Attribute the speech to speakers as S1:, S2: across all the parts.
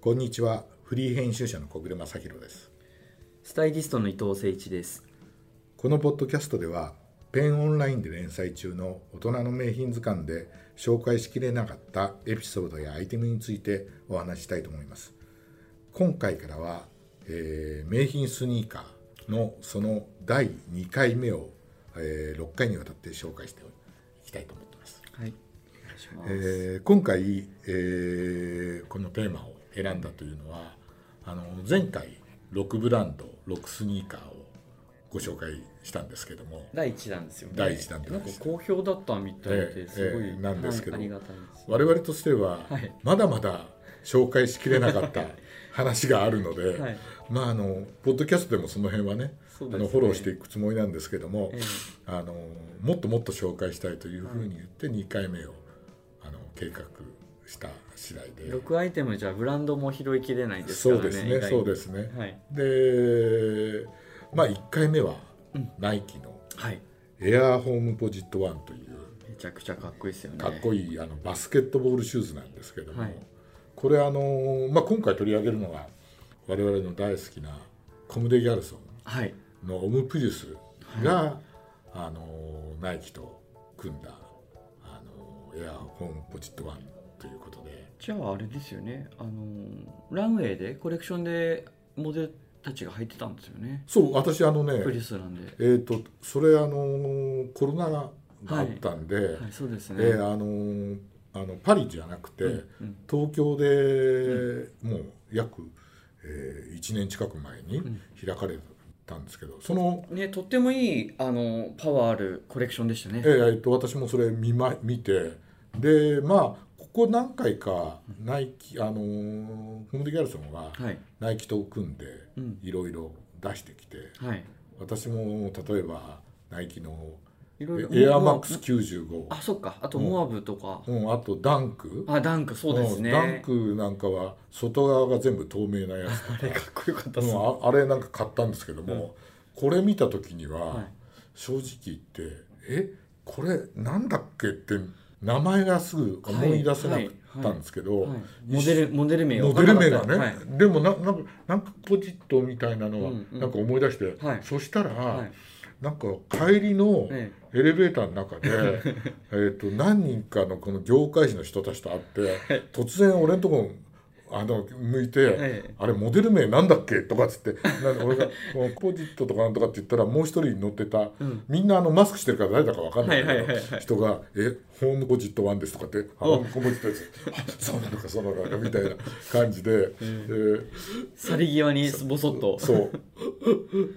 S1: こんにちはフリー編集者の小暮正弘です
S2: スタイリストの伊藤誠一です。
S1: このポッドキャストではペンオンラインで連載中の大人の名品図鑑で紹介しきれなかったエピソードやアイテムについてお話ししたいと思います今回からは、えー名品スニーカーのその第2回目を、え6回にわたって紹介していきたいと思ってます
S2: はい。お願いします。
S1: えー今回、えーこのテーマを選んだというのはあの前回6ブランド6スニーカーをご紹介したんですけども
S2: 第一弾ですよね。
S1: 第一弾です
S2: なんか好評だったみたい
S1: ええ
S2: で、すごい、
S1: ええなんですけど
S2: はいありがたいです。
S1: 我々としては、
S2: はい
S1: まだまだ紹介しきれなか った話があるので、
S2: はい
S1: まああのポッドキャストでもその辺はね
S2: そう
S1: あ
S2: ですね
S1: のフォローしていくつもりなんですけども、
S2: ええ
S1: あのもっともっと紹介したいというふうに言って2回目をあの計画した次第で。
S2: 六アイテムじゃブランドも拾いきれないです
S1: そ
S2: か
S1: う
S2: らね。
S1: ですね、
S2: 意外に
S1: そうですね。
S2: はい。
S1: でまあ1回目は
S2: うん
S1: ナイキの
S2: はい。
S1: エアーホームポジットワンという
S2: めちゃくちゃかっこいいですよね。
S1: かっこいいあのバスケットボールシューズなんですけども、
S2: はい
S1: これあの、まあ、今回取り上げるのが我々の大好きなコムデ・ギャルソ
S2: はい。
S1: ンのオムプリウスが、あのナイキと組んだあのエアーホームポジットワンということで
S2: じゃああれですよね。あのーランウェイでコレクションでモデルたちが履いてたんですよね。
S1: そう私あのね
S2: プリウスなんで。
S1: えー、とそれあのコロナがあったんで、
S2: はい、そうですね。
S1: えーあのーあのパリじゃなくて、
S2: うん
S1: 東京でもう約、えー1年近く前に
S2: ん
S1: 開かれたんですけどその、
S2: ね、とってもいいあのパワーあるコレクションでしたね
S1: え。ーえーと私もそれ見,、ま、見てでまあここ何回かナイキ、あのーホームデ・ギャルソンは
S2: はい。
S1: ナイキと組んで
S2: うん。
S1: いろいろ出してきて
S2: はい。
S1: 私も例えばナイキの
S2: いろいろ
S1: エアマックス95、
S2: あ、そっか。あと、モアブとか。
S1: うん、あとダンク。
S2: あ、ダンク、そうですね。
S1: ダンクなんかは外側が全部透明なやつ
S2: あれ、かっこよかったっすね。
S1: もうああれなんか買ったんですけども、これ見た時に
S2: は
S1: はい正直言って「えこれなんだっけ?」って名前がすぐ思い出せなかったんですけど、
S2: はいモデル、モデル名
S1: モ
S2: わか
S1: デ
S2: ん
S1: ル
S2: なか
S1: 名
S2: っ
S1: が
S2: た
S1: ね、
S2: はい。
S1: でもななんかなんかポジットみたいなのは
S2: うんうん
S1: なんか思い出して、
S2: はい
S1: そしたら、
S2: はい
S1: なんか帰りの
S2: え
S1: エレベーターの中 でえっと何人かのこの業界人の人たちと会って突然俺のとこあの向いて、
S2: え
S1: あれモデル名なんだっけ?」とかっつってな俺が 「このポジットとかなんとか」って言ったらもう一人乗ってた、
S2: うん
S1: みんなあのマスクしてるから誰だか分かんないけど、
S2: はいはいはいはい
S1: 人が「えホームポジットワンです」とかって「あホ
S2: お
S1: ームポジットです」あそうなのかそうなのかみたいな感じで、で
S2: 去り際にボソッと。
S1: そう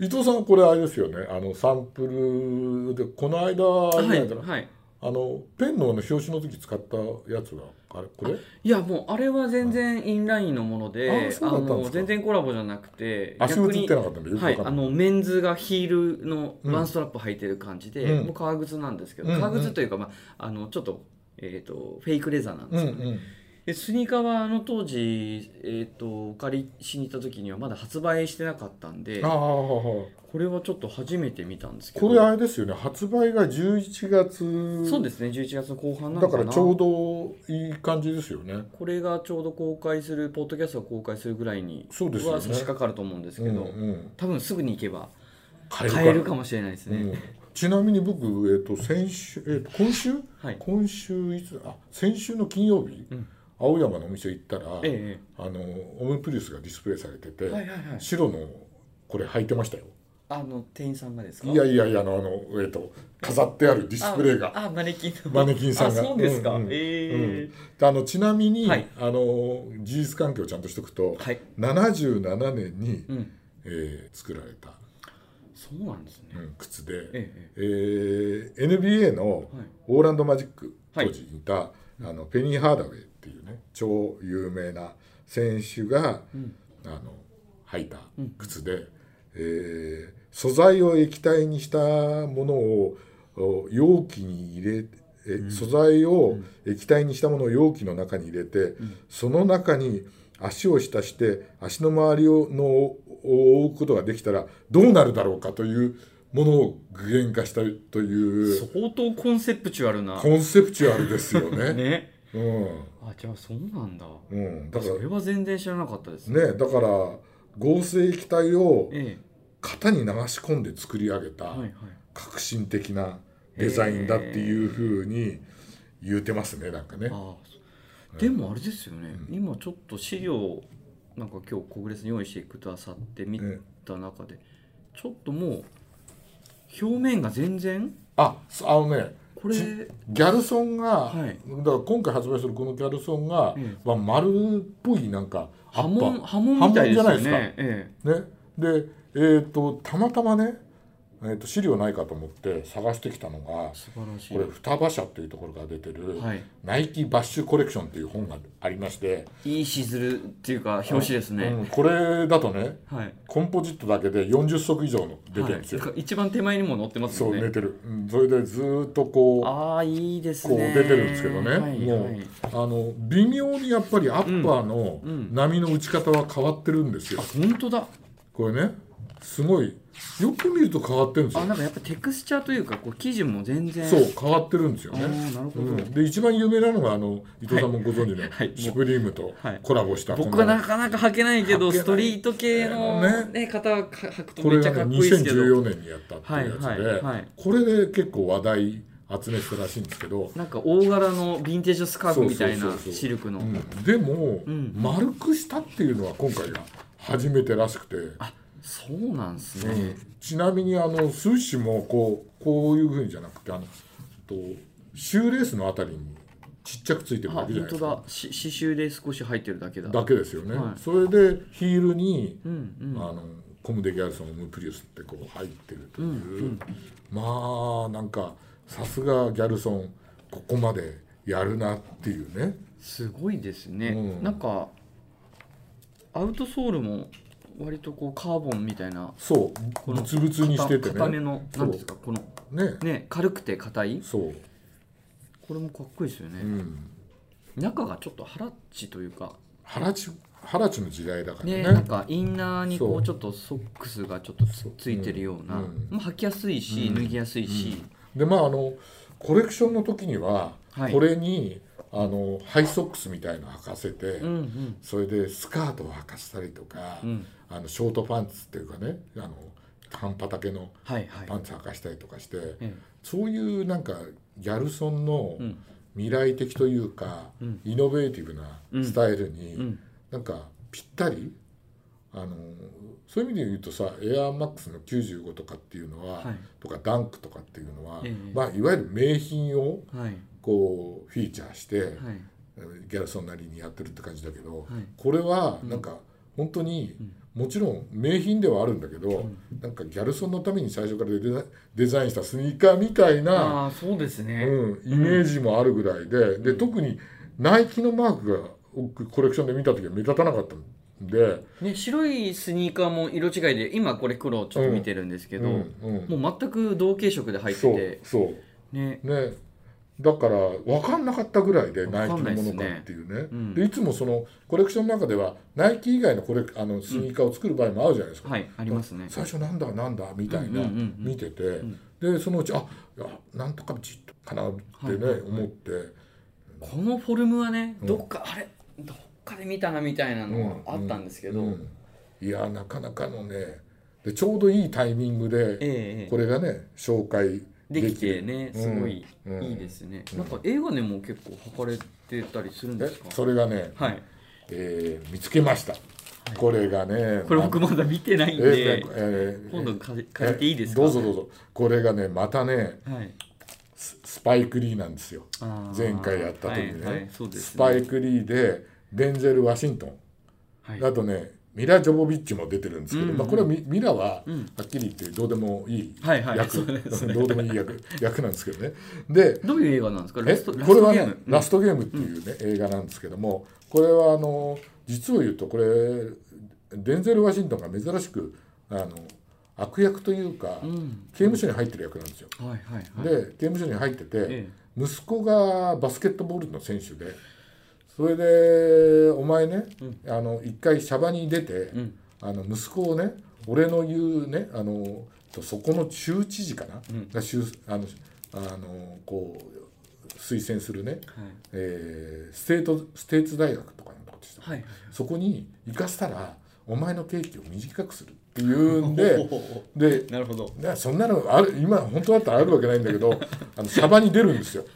S1: 伊藤さんはこれあれですよねあのサンプルでこの間あれじ
S2: は
S1: ゃない
S2: い。
S1: かな、
S2: はい。
S1: あのペンのあの表紙の時使ったやつがあれこれ
S2: いや、もう、あれは全然インラインのもので
S1: あ、そう
S2: あ
S1: だったんですか
S2: の、全然コラボじゃなくて、
S1: 足
S2: 逆
S1: 持ち
S2: に
S1: ってなかったんでよく
S2: は
S1: 分
S2: い、
S1: かんな
S2: あ
S1: い、
S2: のメンズがヒールの
S1: うん
S2: ワンストラップ履いてる感じで、
S1: うん
S2: もう革靴なんですけど、
S1: うんうん
S2: 革靴というか、まあ、あのちょっと,、えー、とフェイクレザーなんですけど、
S1: うんうん
S2: でスニーカーはあの当時、えー、とお借りしに行った時にはまだ発売してなかったんで
S1: ああ
S2: これはちょっと初めて見たんですけど
S1: これあれですよね発売が11月
S2: そうですね11月の後半な
S1: だ
S2: の
S1: か
S2: かな
S1: らちょうどいい感じですよね
S2: これがちょうど公開するポッドキャストを公開するぐらいに
S1: そうですよね
S2: は差し掛かると思うんですけ
S1: う
S2: ど、
S1: んうん、
S2: 多分すぐに行けば
S1: 買
S2: 買えるかもしれないですね、
S1: うんちなみに僕、えっと先週、えっと今週、
S2: はい
S1: 今週いつあ先週の金曜日、
S2: うん
S1: 青山のお店行ったら、
S2: え
S1: あのオムプリウスがディスプレイされてて、
S2: えはいはいはい
S1: 白のこれ履いてましたよ
S2: あの店員さんがですか
S1: いやいやいやあのあの、えっと飾ってあるディスプレイが
S2: ああマネキンの
S1: マネキンさんが
S2: あそうですか、
S1: うんうん
S2: ええ
S1: あのちなみに、
S2: はい
S1: あの事実関係をちゃんとしておくと、
S2: はい
S1: 77年に、
S2: うん
S1: えー作られた、
S2: そうなんですね
S1: うん靴で、え
S2: え
S1: ー NBA の
S2: はい
S1: オーランドマジック当
S2: はい
S1: 時いた、あのペニー・ハーダウェイっていうね超有名な選手が、
S2: ん
S1: あの履いた靴で、えー素材を液体にしたものをお容器に入れてえ素材を液体にしたものを容器の中に入れて、その中に足を浸して足の周りをのを覆うことができたらどうなるだろうかというものを具現化したという
S2: え相当コンセプチュアルな
S1: コンセプチュアルですよね。
S2: ね
S1: うう
S2: あじゃあそうなんだ
S1: んうん、だか
S2: それは全然知らなかったです
S1: らねだから合成液体を
S2: え
S1: 型に流し込んで作り上げ
S2: え
S1: た
S2: はいはい
S1: 革新的なデザインだっていうふうに言うてますねなんかね。
S2: ああでもあれですよね、
S1: うん
S2: 今ちょっと資料なんか今日コグレスに用意してくださって見
S1: え
S2: た中で、ちょっともう表面が全然
S1: あそあのね
S2: これ、
S1: ちギャルソンが、
S2: はい
S1: だから今回発売するこのギャルソンが、
S2: ええ
S1: まあ、丸っぽいなんか葉
S2: 波
S1: っ
S2: 紋
S1: ぱ
S2: 波紋みたいですよ
S1: 波紋じゃない
S2: ね。え
S1: ねでえー、とたまたまね、えー、と資料ないかと思って探してきたのが
S2: え、素晴らしい。
S1: これ双葉社っていうところから出てる、
S2: はい。
S1: ナイキバッシュコレクションっていう本がありまして、
S2: いいしずるっていうか表紙です
S1: う
S2: ね。
S1: んこれだとね
S2: はい。
S1: コンポジットだけで40足以上の出てるんですよ、
S2: はい、一番手前にも載ってます
S1: そ
S2: もん
S1: う
S2: ね。
S1: 出てる、うんそれでずーっとこう
S2: ああいいです
S1: こう
S2: ね。
S1: 出てるんですけどね、
S2: はい
S1: もう、
S2: はい
S1: あの微妙にやっぱりアッパーの
S2: うんうん
S1: 波の打ち方は変わってるんですよ
S2: あ、本当だ。
S1: これねすごいよく見ると変わってるんです
S2: あ
S1: よ
S2: なんかやっぱテクスチャーというかこう生地も全然。
S1: そう。変わってるんですよ
S2: ああ
S1: ね、
S2: なるほ
S1: う
S2: ど。
S1: ん、で一番有名なのがあの伊藤さんもご存知の、
S2: はい
S1: シュプリームと
S2: はい
S1: コラボしたこの、
S2: 僕はなかなか履けないけど
S1: 履けない
S2: ストリート系の
S1: ね
S2: ね方は履くと
S1: こ
S2: め
S1: れ
S2: っちゃ
S1: が
S2: かっこ
S1: ね
S2: いいですけど。
S1: 2014年にやったっていうやつで、
S2: はいはいはい
S1: これで結構話題集めてたらしいんですけど、
S2: なんか大柄のヴィンテージスカーフみたい
S1: そう
S2: な
S1: そうそうそう
S2: シルクの。
S1: うん、でも、
S2: うん
S1: 丸くしたっていうのは今回が初めてらしくて。
S2: あそうなんです
S1: う
S2: ね。
S1: んちなみにあのスーシもこうこういうふうにじゃなくてあのとシューレースのあたりにちっちゃくついて
S2: あ
S1: るだけじゃ
S2: 本
S1: ないで
S2: 当
S1: すか
S2: だ。し刺繍で少し入ってるだけだ。
S1: だけですよね、
S2: はい
S1: それでヒールに、
S2: うん
S1: あのコム・デ・ギャルソン・ム・プリウスってこう入ってるという、まあなんかさすがギャルソンここまでやるなっていうね
S2: すごいですね、
S1: うん
S2: なんかアウトソールも割とこうカーボンみたいな
S1: そう
S2: この
S1: ブツブツにしてて
S2: 硬め
S1: ね
S2: の
S1: そう
S2: なんですかこの
S1: ね
S2: ね軽くて硬い
S1: そう、
S2: これもかっこいいですよ
S1: う
S2: ね、
S1: ん、
S2: 中がちょっとハラッチというか
S1: 原地原地の時代だから
S2: ね
S1: ね
S2: なんかインナーにこ
S1: そう
S2: うちょっとソックスがちょっとつ
S1: そう
S2: ついてるような、
S1: うんうん
S2: まあ、履きやすいし、脱ぎやすいし、
S1: でまああのコレクションの時には、
S2: はい
S1: これにあのハイソックスみたいの履かせて、
S2: うん、うん
S1: それでスカートを履かせたりとか、
S2: うん
S1: あのショートパンツっていうかねあの半端丈の
S2: はいはい
S1: パンツ履かしたりとかして、
S2: え
S1: そういうなんかギャルソンの
S2: えうん
S1: 未来的というか、
S2: うん
S1: イノベーティブなスタイルに、
S2: うん
S1: なんかぴったりあのそういう意味で言うとさエアーマックスの95とかっていうのは、
S2: はい
S1: とかダンクとかっていうのは、
S2: ええ
S1: まあ、いわゆる名品を
S2: はい
S1: こうフィーチャーして、
S2: はい
S1: ギャルソンなりにやってるって感じだけど、
S2: い
S1: これはなんか本当に、もちろん名品ではあるんだけど、なんかギャルソンのために最初からデザデザインしたスニーカーみたいな、
S2: ああそうです
S1: う
S2: ね、
S1: ん、イメージもあるぐらいで,、で特にナイキのマークが僕コレクションで見た時は目立たなかったんで。
S2: ね、白いスニーカーも色違いで今これ黒をちょっと見てるんですけど、
S1: うんうん
S2: もう全く同系色で入っ
S1: そ
S2: て
S1: う
S2: て
S1: そう
S2: ね
S1: ね、だから分かんなかったぐらいでナイキ
S2: か
S1: の
S2: んない
S1: も
S2: っすね
S1: のかっていうねで
S2: うん
S1: いつもそのコレクションの中ではナイキ以外のコレあのスニーカーを作る場合もあるじゃないですか、
S2: はいありますね
S1: 最初なんだなんだみたいな、
S2: うんうんうんうん
S1: 見てて、でそのうちあいやなんとかビチッとかなってね、
S2: はいはいはい
S1: 思って
S2: このフォルムはねどっか、あれどっかで見たなみたいなのはあったんですけど、
S1: うんいやなかなかのねでちょうどいいタイミングで
S2: ええ
S1: これがね紹介
S2: で
S1: で
S2: き
S1: きる
S2: てねすごいいいですね、なんか映画でも結構履かれてたりするんで
S1: え
S2: すか
S1: それがね、
S2: はい
S1: えー見つけました、これがね
S2: これ僕まだ見てないん
S1: え
S2: で、
S1: ーえー
S2: 今度借り借りていいですか
S1: どうぞどうぞこれがねまたね
S2: はい
S1: ススパイク・リーなんですよ
S2: あー
S1: 前回やった時にね,、
S2: はいはいそうですね
S1: スパイク・リーでデンゼル・ワシントン、
S2: はい
S1: あとねミラ・ジョボビッチも出てるんですけど、
S2: うんうん
S1: まあ、これはミミラはは
S2: うん
S1: っきり言ってどうでもいい役、
S2: はいはいそうですね
S1: どうでもいい役役なんですけどねで
S2: どういう映画なんですかラ
S1: え
S2: スト
S1: これは
S2: ラ
S1: ね
S2: ストゲー
S1: 「
S2: ム
S1: ラストゲーム」っていうね、映画なんですけどもこれはあの実を言うとこれデンゼル・ワシントンが珍しくあの悪役というか、
S2: うん
S1: 刑務所に入ってる役なんですよ。
S2: はいはいはい
S1: で刑務所に入ってて、
S2: え
S1: 息子がバスケットボールの選手でそれで「お前ね、あの一回シャバに出て、
S2: うん
S1: あの息子をね俺の言うねあのとそこの州知事かな、が州あのあのこう推薦するね、
S2: はい
S1: えーステートステーツ大学とかのとこでした、
S2: はい
S1: そこに行かせたらお前の刑期を短くするっていうん でで
S2: なるほど
S1: ね、そんなのある今本当だったらあるわけないんだけ どあのサバに出るんですよ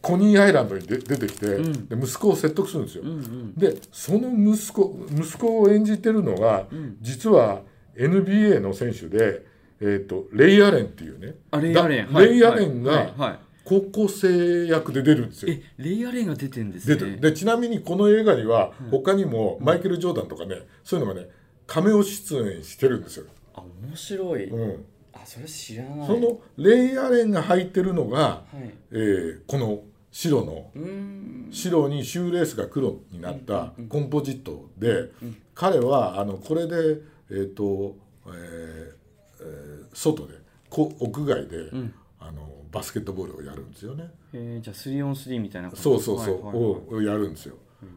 S1: コニーアイランドにで出てきて、で息子を説得するんですよ、でその息子息子を演じてるのが、実は NBA の選手で、えー、とレイ・アレンっていうね
S2: あレイアレン
S1: だレイアレン
S2: はいはい
S1: が
S2: はい
S1: 高校生役で出るんですよ、
S2: えレイアレンが出てんです
S1: 出
S2: ね
S1: てるでちなみにこの映画には他にもマイケル・ジョーダンとかねそういうのがね亀を出演してるんですよ、
S2: あ面白い、
S1: うん、
S2: あそれ知らない
S1: そのレイ・アレンが履いてるのが、
S2: はい
S1: えーこの白の
S2: うーん
S1: 白にシューレースが黒になったコンポジットで、彼はあのこれでえっ、と、えーえー外でこ屋外で、あのバスケットボールをやるんですよね。
S2: えー、じゃあ 3on3 みたいなこと
S1: そうそうそう、
S2: はいはいはい
S1: ををやるんですよ。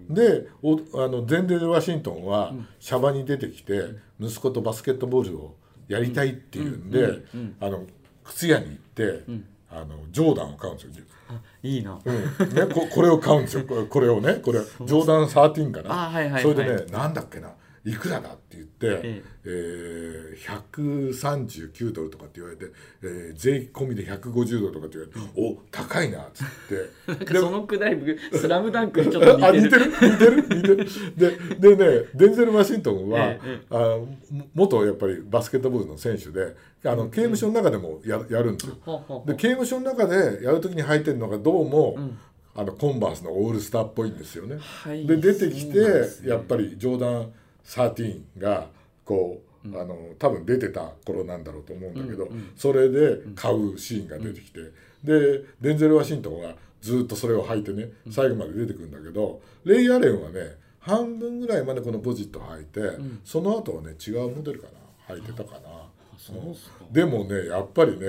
S1: でおあの全米ワシントンはシャバに出てきて、息子とバスケットボールをやりたいっていうんで、あの靴屋に行って、あのジョーダンを買うんですよ。
S2: あいいな、
S1: うんね、こ これを買うんですよこれこれをねこれジョーダン13かな
S2: あはいはいはい
S1: それでねなんだっけないくらだって言って、
S2: え
S1: えー139ドルとかって言われて、えー税込みで150ドルとかって言われて、お高いなっつっ
S2: なん
S1: て
S2: かそのくだり僕 「スラムダンクにちょっと似て
S1: あ
S2: る
S1: 似てる似てる似てるででねデンゼル・ワシントンは、
S2: え
S1: あも元やっぱりバスケットボールの選手であの刑務所の中でもややるんですよ。
S2: ほうほう
S1: で刑務所の中でやるときに履いてるのがどうも、あのコンバースのオールスターっぽいんですよね。
S2: はい
S1: で出てきて、
S2: そうなんですね
S1: やっぱりジョーダン13がこう、あの多分出てた頃なんだろうと思うんだけど、それで買うシーンが出てきて、でデンゼル・ワシントンはずっとそれを履いてね最後まで出てくるんだけど、レイ・アレンはね半分ぐらいまでこのポジット履いて、その後はね違うモデルかな履いてたかな。
S2: あそうっすか
S1: でもねやっぱりね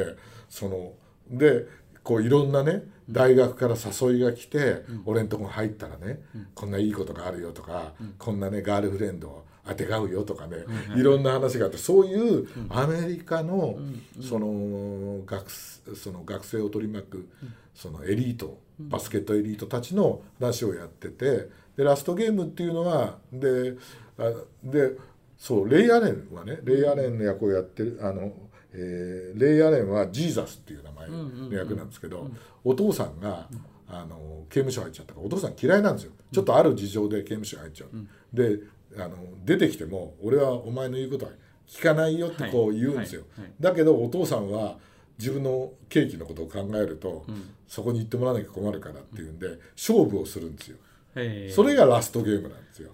S1: そのでこういろんなね大学から誘いが来て、俺んとこ入ったらね、こんないいことがあるよとか、こんなねガールフレンドをあてがうよとかね、いろんな話があってそういうアメリカの、その学その学生を取り巻く、そのエリートバスケットエリートたちの話をやっててでラストゲームっていうのはであでそうレイ・アレンはねレイ・アレンの役をやってるあの、えーレイ・アレンはジーザスっていう名前の役なんですけど、お父さんが、あの刑務所入っちゃったからお父さん嫌いなんですよちょっとある事情で刑務所入っちゃう、であの出てきても俺はお前の言うことは聞かないよってこう言うんですよ、
S2: はいはいはい
S1: だけどお父さんは自分のケーキのことを考えると、そこに行ってもらわなきゃ困るからっていうんで勝負をするんですよ、
S2: えー
S1: それがラストゲームなんですよ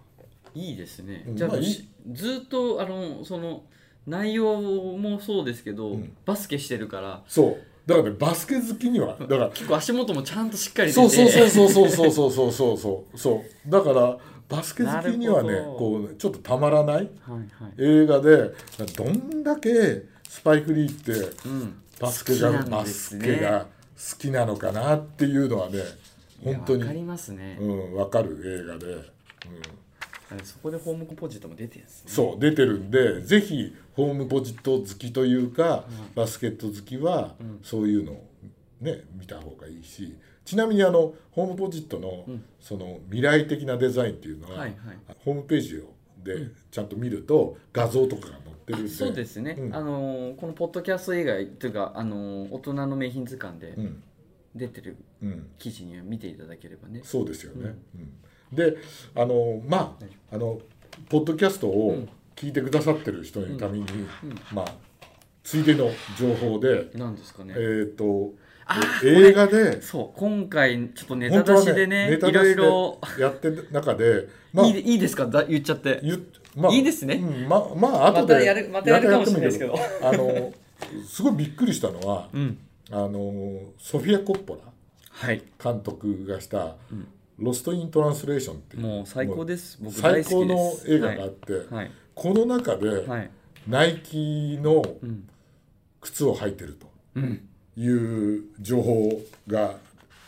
S2: いいですね
S1: うん
S2: じゃあ、
S1: まあいい
S2: しずっとあのその内容もそうですけど、バスケしてるから
S1: そうだからねバスケ好きにはだから
S2: 結構足元もちゃんとしっかり出て
S1: そうそうそうそうそうそうそうそうそう そうだからバスケ好きにはね
S2: なるほど
S1: こうねちょっとたまらない
S2: はいはい
S1: 映画でどんだけスパイク・リーって
S2: うん
S1: バスケが、
S2: 好きなん
S1: バ
S2: です
S1: ス
S2: ね
S1: ケが好きなのかなっていうのはね本当
S2: いやわかり
S1: に
S2: ますね、
S1: うん、わかる映画で、うん、
S2: あそこでホームコポジットも出てるんですね
S1: そう出てるんでぜひホームポジット好きというか、バスケット好きはそういうのをね見た方がいいしちなみにあのホームポジットの,、その未来的なデザインっていうのは、
S2: はいはい
S1: ホームページをでちゃんと見ると画像とかが載ってるんで
S2: そうですね、
S1: うん
S2: あのーこのポッドキャスト映画というか、あのー大人の名品図鑑で
S1: うん
S2: 出てる
S1: うん、
S2: 記事には見ていただければね、
S1: そうですよね。うんであのまああのポッドキャストを聞いてくださってる人のために、まあついでの情報で、
S2: なんですかね、
S1: えっ、と
S2: あー
S1: 映画で
S2: そう今回ちょっとネタ
S1: 本当
S2: 出し
S1: は
S2: で
S1: ね
S2: ね
S1: ネタ
S2: いろ
S1: 出
S2: い
S1: しで
S2: ろ、
S1: やってる中でまあ
S2: いいでいいですかだ言っちゃって
S1: ゆまあ
S2: いいですね
S1: うん、ままあ後で
S2: またやるまたやるかもしれないですけど
S1: やってやってもいいけどあのすごいびっくりしたのは、
S2: うん
S1: あのソフィア・コッポラ
S2: はい
S1: 監督がした「ロスト・イン・トランスレーション」っていう
S2: もう最高です僕
S1: 最
S2: 大好きです
S1: 高の映画があって、
S2: はい
S1: この中で
S2: はい、はい
S1: ナイキの
S2: ん
S1: 靴を履いてる
S2: うん
S1: という情報が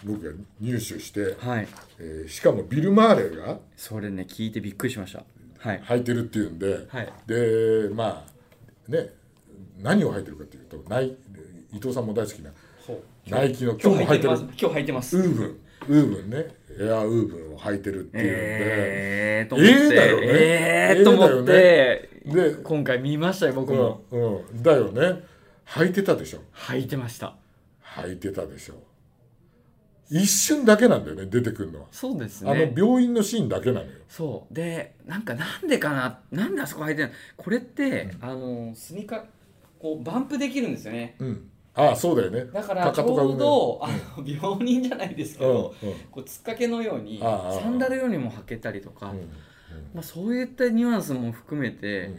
S1: 僕が入手して、
S2: はい、
S1: えーしかもビル・マーレーが
S2: それね聞いてびっくりしましたはい
S1: 履いてるっていうんで、
S2: はい
S1: でまあね何を履いてるかというとナイ伊藤さんも大好きな
S2: ほ
S1: ナイキの今
S2: 今
S1: 日
S2: 日
S1: も
S2: 履
S1: 履
S2: い
S1: いて
S2: てま
S1: る
S2: す今日履いてます
S1: ウーブンウーブンねエアウーブンを履いてるっていうんで、
S2: ええー、と
S1: と
S2: 思
S1: 思
S2: っ
S1: ってて、
S2: え
S1: え
S2: ー、
S1: ーと
S2: と思
S1: 思
S2: っ
S1: ってて、
S2: で今回見ましたよ僕も、
S1: うんうん、だよね履いてたでしょ
S2: 履いてました
S1: 履いてたでしょ一瞬だけなんだよね出てくるのは、
S2: そうです
S1: あの
S2: ね
S1: 病院のシーンだけなのよ
S2: そうでなんかなんでかななんであそこ履いてないこれって、あのスニーカーこうバンプできるんですよね
S1: うんああそうだよね
S2: だからちょう
S1: が埋める
S2: どあの病人じゃないですけ
S1: うん
S2: ど、こうつっかけのように
S1: ああああ
S2: サンダルよりも履けたりとか、
S1: うんうん
S2: まあ、そういったニュアンスも含め
S1: う
S2: て、
S1: ん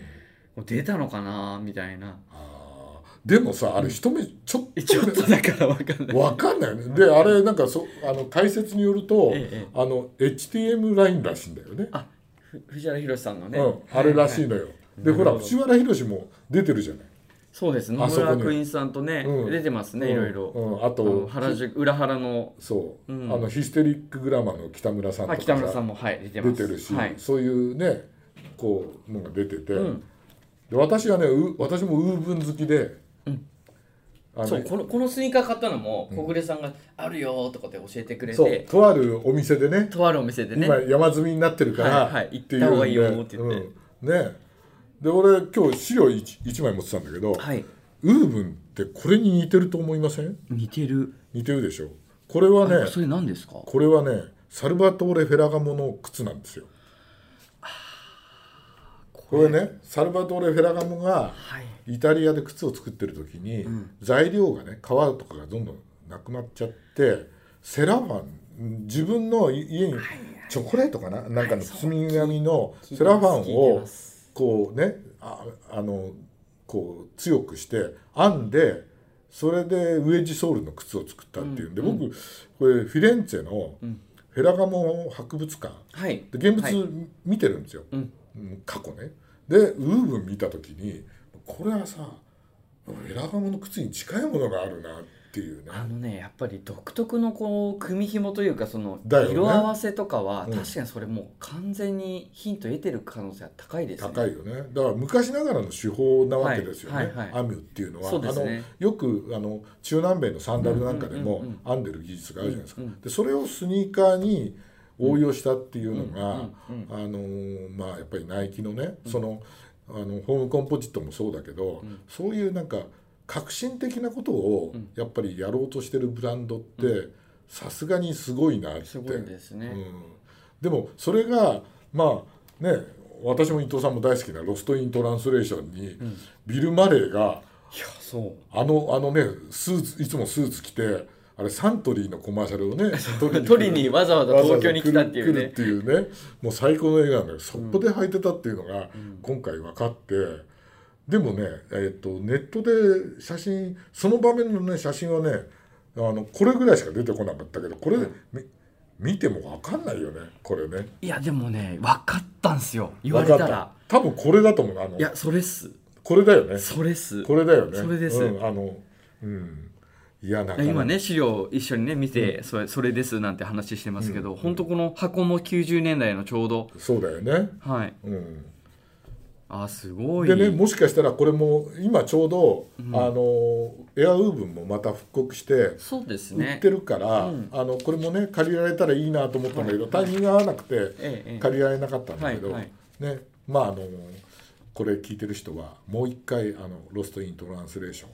S2: もう出たのかなみたいな
S1: あーでもさあれ一目 ちょっと,、
S2: えちょっとだから分 かんない
S1: わかんないよねであれなんかそあの解説によると、
S2: ええ
S1: あの HTM ラインらしいんだよね
S2: あふ藤原宏さんのね、
S1: うん、あれらしいのよ、でほ
S2: な
S1: ら
S2: るほど
S1: 藤原宏も出てるじゃない
S2: そうですね野
S1: あそこに
S2: 村クイーンさんとね、
S1: うん
S2: 出てますね、
S1: うん
S2: いろいろ、
S1: うん、あ
S2: あの
S1: と
S2: 原宿裏原の
S1: そう、
S2: うん
S1: あのヒステリックグラマーの北村さんと
S2: あ
S1: か
S2: 北村さんもはい出てま
S1: 出
S2: す
S1: てるし、
S2: はい、
S1: そういうねこうのが出てて、
S2: うん、
S1: で私はねう私もウーブン好きで、あの
S2: そうこのこのスニーカー買ったのも小暮さんが「あるよ」とかって教えてくれ
S1: そう
S2: て、
S1: とあるお店でね
S2: とあるお店でね
S1: 今山積みになってるから、
S2: はいはい
S1: っていう
S2: 行った
S1: ん
S2: 方
S1: で
S2: がいいよって言って
S1: うんねで俺今日資料 1, 枚持ってたんだけど、
S2: はい
S1: ウーブンってこれに似てると思いません
S2: 似てる、
S1: 似てるでしょこれはね
S2: あそれ何ですか
S1: これはねサルバトーレ・フェラガモの靴なんですよこれねサルバトーレ・フェラガモが
S2: はい
S1: イタリアで靴を作ってる時に、材料がね革とかがどんどんなくなっちゃってセラファン自分の家にチョコレートかななんかの包み紙の
S2: そう
S1: セラファ
S2: 聞いて
S1: ンを
S2: ます
S1: こうねああのこう強くして編んでそれでウェッジソールの靴を作ったっていうんで、僕これフィレンツェのフェラガモ博物館
S2: はい
S1: で現
S2: はい
S1: 物見てるんですよ、
S2: うん
S1: うん過去ねでウーブン見た時にこれはさフェラガモの靴に近いものがあるなっていうね
S2: あのねやっぱり独特のこう組紐というかその
S1: だよね
S2: 色合わせとかは、
S1: うん
S2: 確かにそれもう完全にヒント得てる可能性は高いですね
S1: 高いよねだから昔ながらの手法なわけですよね、
S2: はいはいはい
S1: 編むっていうのは
S2: そうですね
S1: あのよくあの中南米のサンダルなんかで
S2: うんう
S1: も
S2: んうん
S1: 編んでる技術があるじゃないですか、
S2: うんうん
S1: でそれをスニーカーに応用したっていうのが、
S2: うんうん
S1: あのーまあやっぱりナイキのね、そのあのホームコンポジットもそうだけど、
S2: うん
S1: そういうなんか革新的なことを
S2: うん
S1: やっぱりやろうとしてるブランドってさすがにすごいなって
S2: すごいですね、
S1: うん、でもそれがまあね私も伊藤さんも大好きな「ロスト・イン・トランスレーションに」ビル・マレーが
S2: いやそう
S1: あのあのねスーツいつもスーツ着てあれサントリーのコマーシャルを ね取
S2: トリにわざわざ
S1: わざわ
S2: 東
S1: ざ
S2: 京に来たっていうね
S1: 来るっていうねもう最高の映画なんだけどそこで履いてたっていうのが今回分かって、でもね、えっとネットで写真その場面のね写真はねあのこれぐらいしか出てこなかったけどこれ、み見ても分かんないよねこれね
S2: いやでもね分かったんすよ言われた
S1: 分
S2: ら
S1: かった多分これだと思うあの
S2: いやそれっす
S1: これだよね
S2: それっす
S1: これだよね
S2: それです
S1: うん、あのうんいやなかなか
S2: 今ね資料一緒にね見て、それそれですなんて話してますけど、ほんとこの箱も90年代のちょうど
S1: そうだよね
S2: はい
S1: うん
S2: あすごい
S1: でねもしかしたらこれも今ちょうど、あのエアウーブンもまた復刻して
S2: そうです
S1: 売
S2: ね
S1: ってるから、
S2: うん
S1: あのこれもね借りられたらいいなと思ったんだけど、タイミングが合わなくて
S2: ええええ
S1: 借りられなかったんだけど、
S2: はいはい
S1: ねまああのこれ聞いてる人はもう一回あの「ロスト・イン・トランスレーション」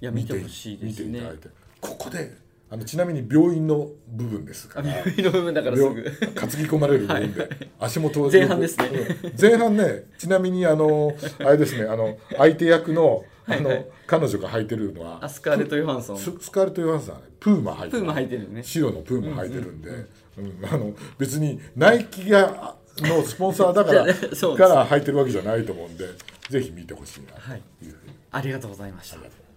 S2: いや見てほしいです
S1: 見てい
S2: ね
S1: ただいてここであのちなみに病院の部分ですから
S2: あ 耳の部分だからす
S1: 両
S2: ぐ
S1: 担ぎ込まれるもんで、足元を
S2: 前半ですね
S1: うん前半ねちなみにあのあれですねあの相手役のあの、彼女が履いてるの
S2: ア
S1: は
S2: スカーレット・ヨハンソン
S1: ススカーレット・ヨハンさんはねプーマ履いて
S2: プ
S1: る
S2: ーマ履いてるね
S1: 白のプーマ履いてるんで、うんあの別にナイキがのスポンサーだから
S2: じ ゃあねそうです
S1: から履いてるわけじゃないと思うんでぜひ見てほしいなというふうに
S2: ありがとうございました
S1: 思います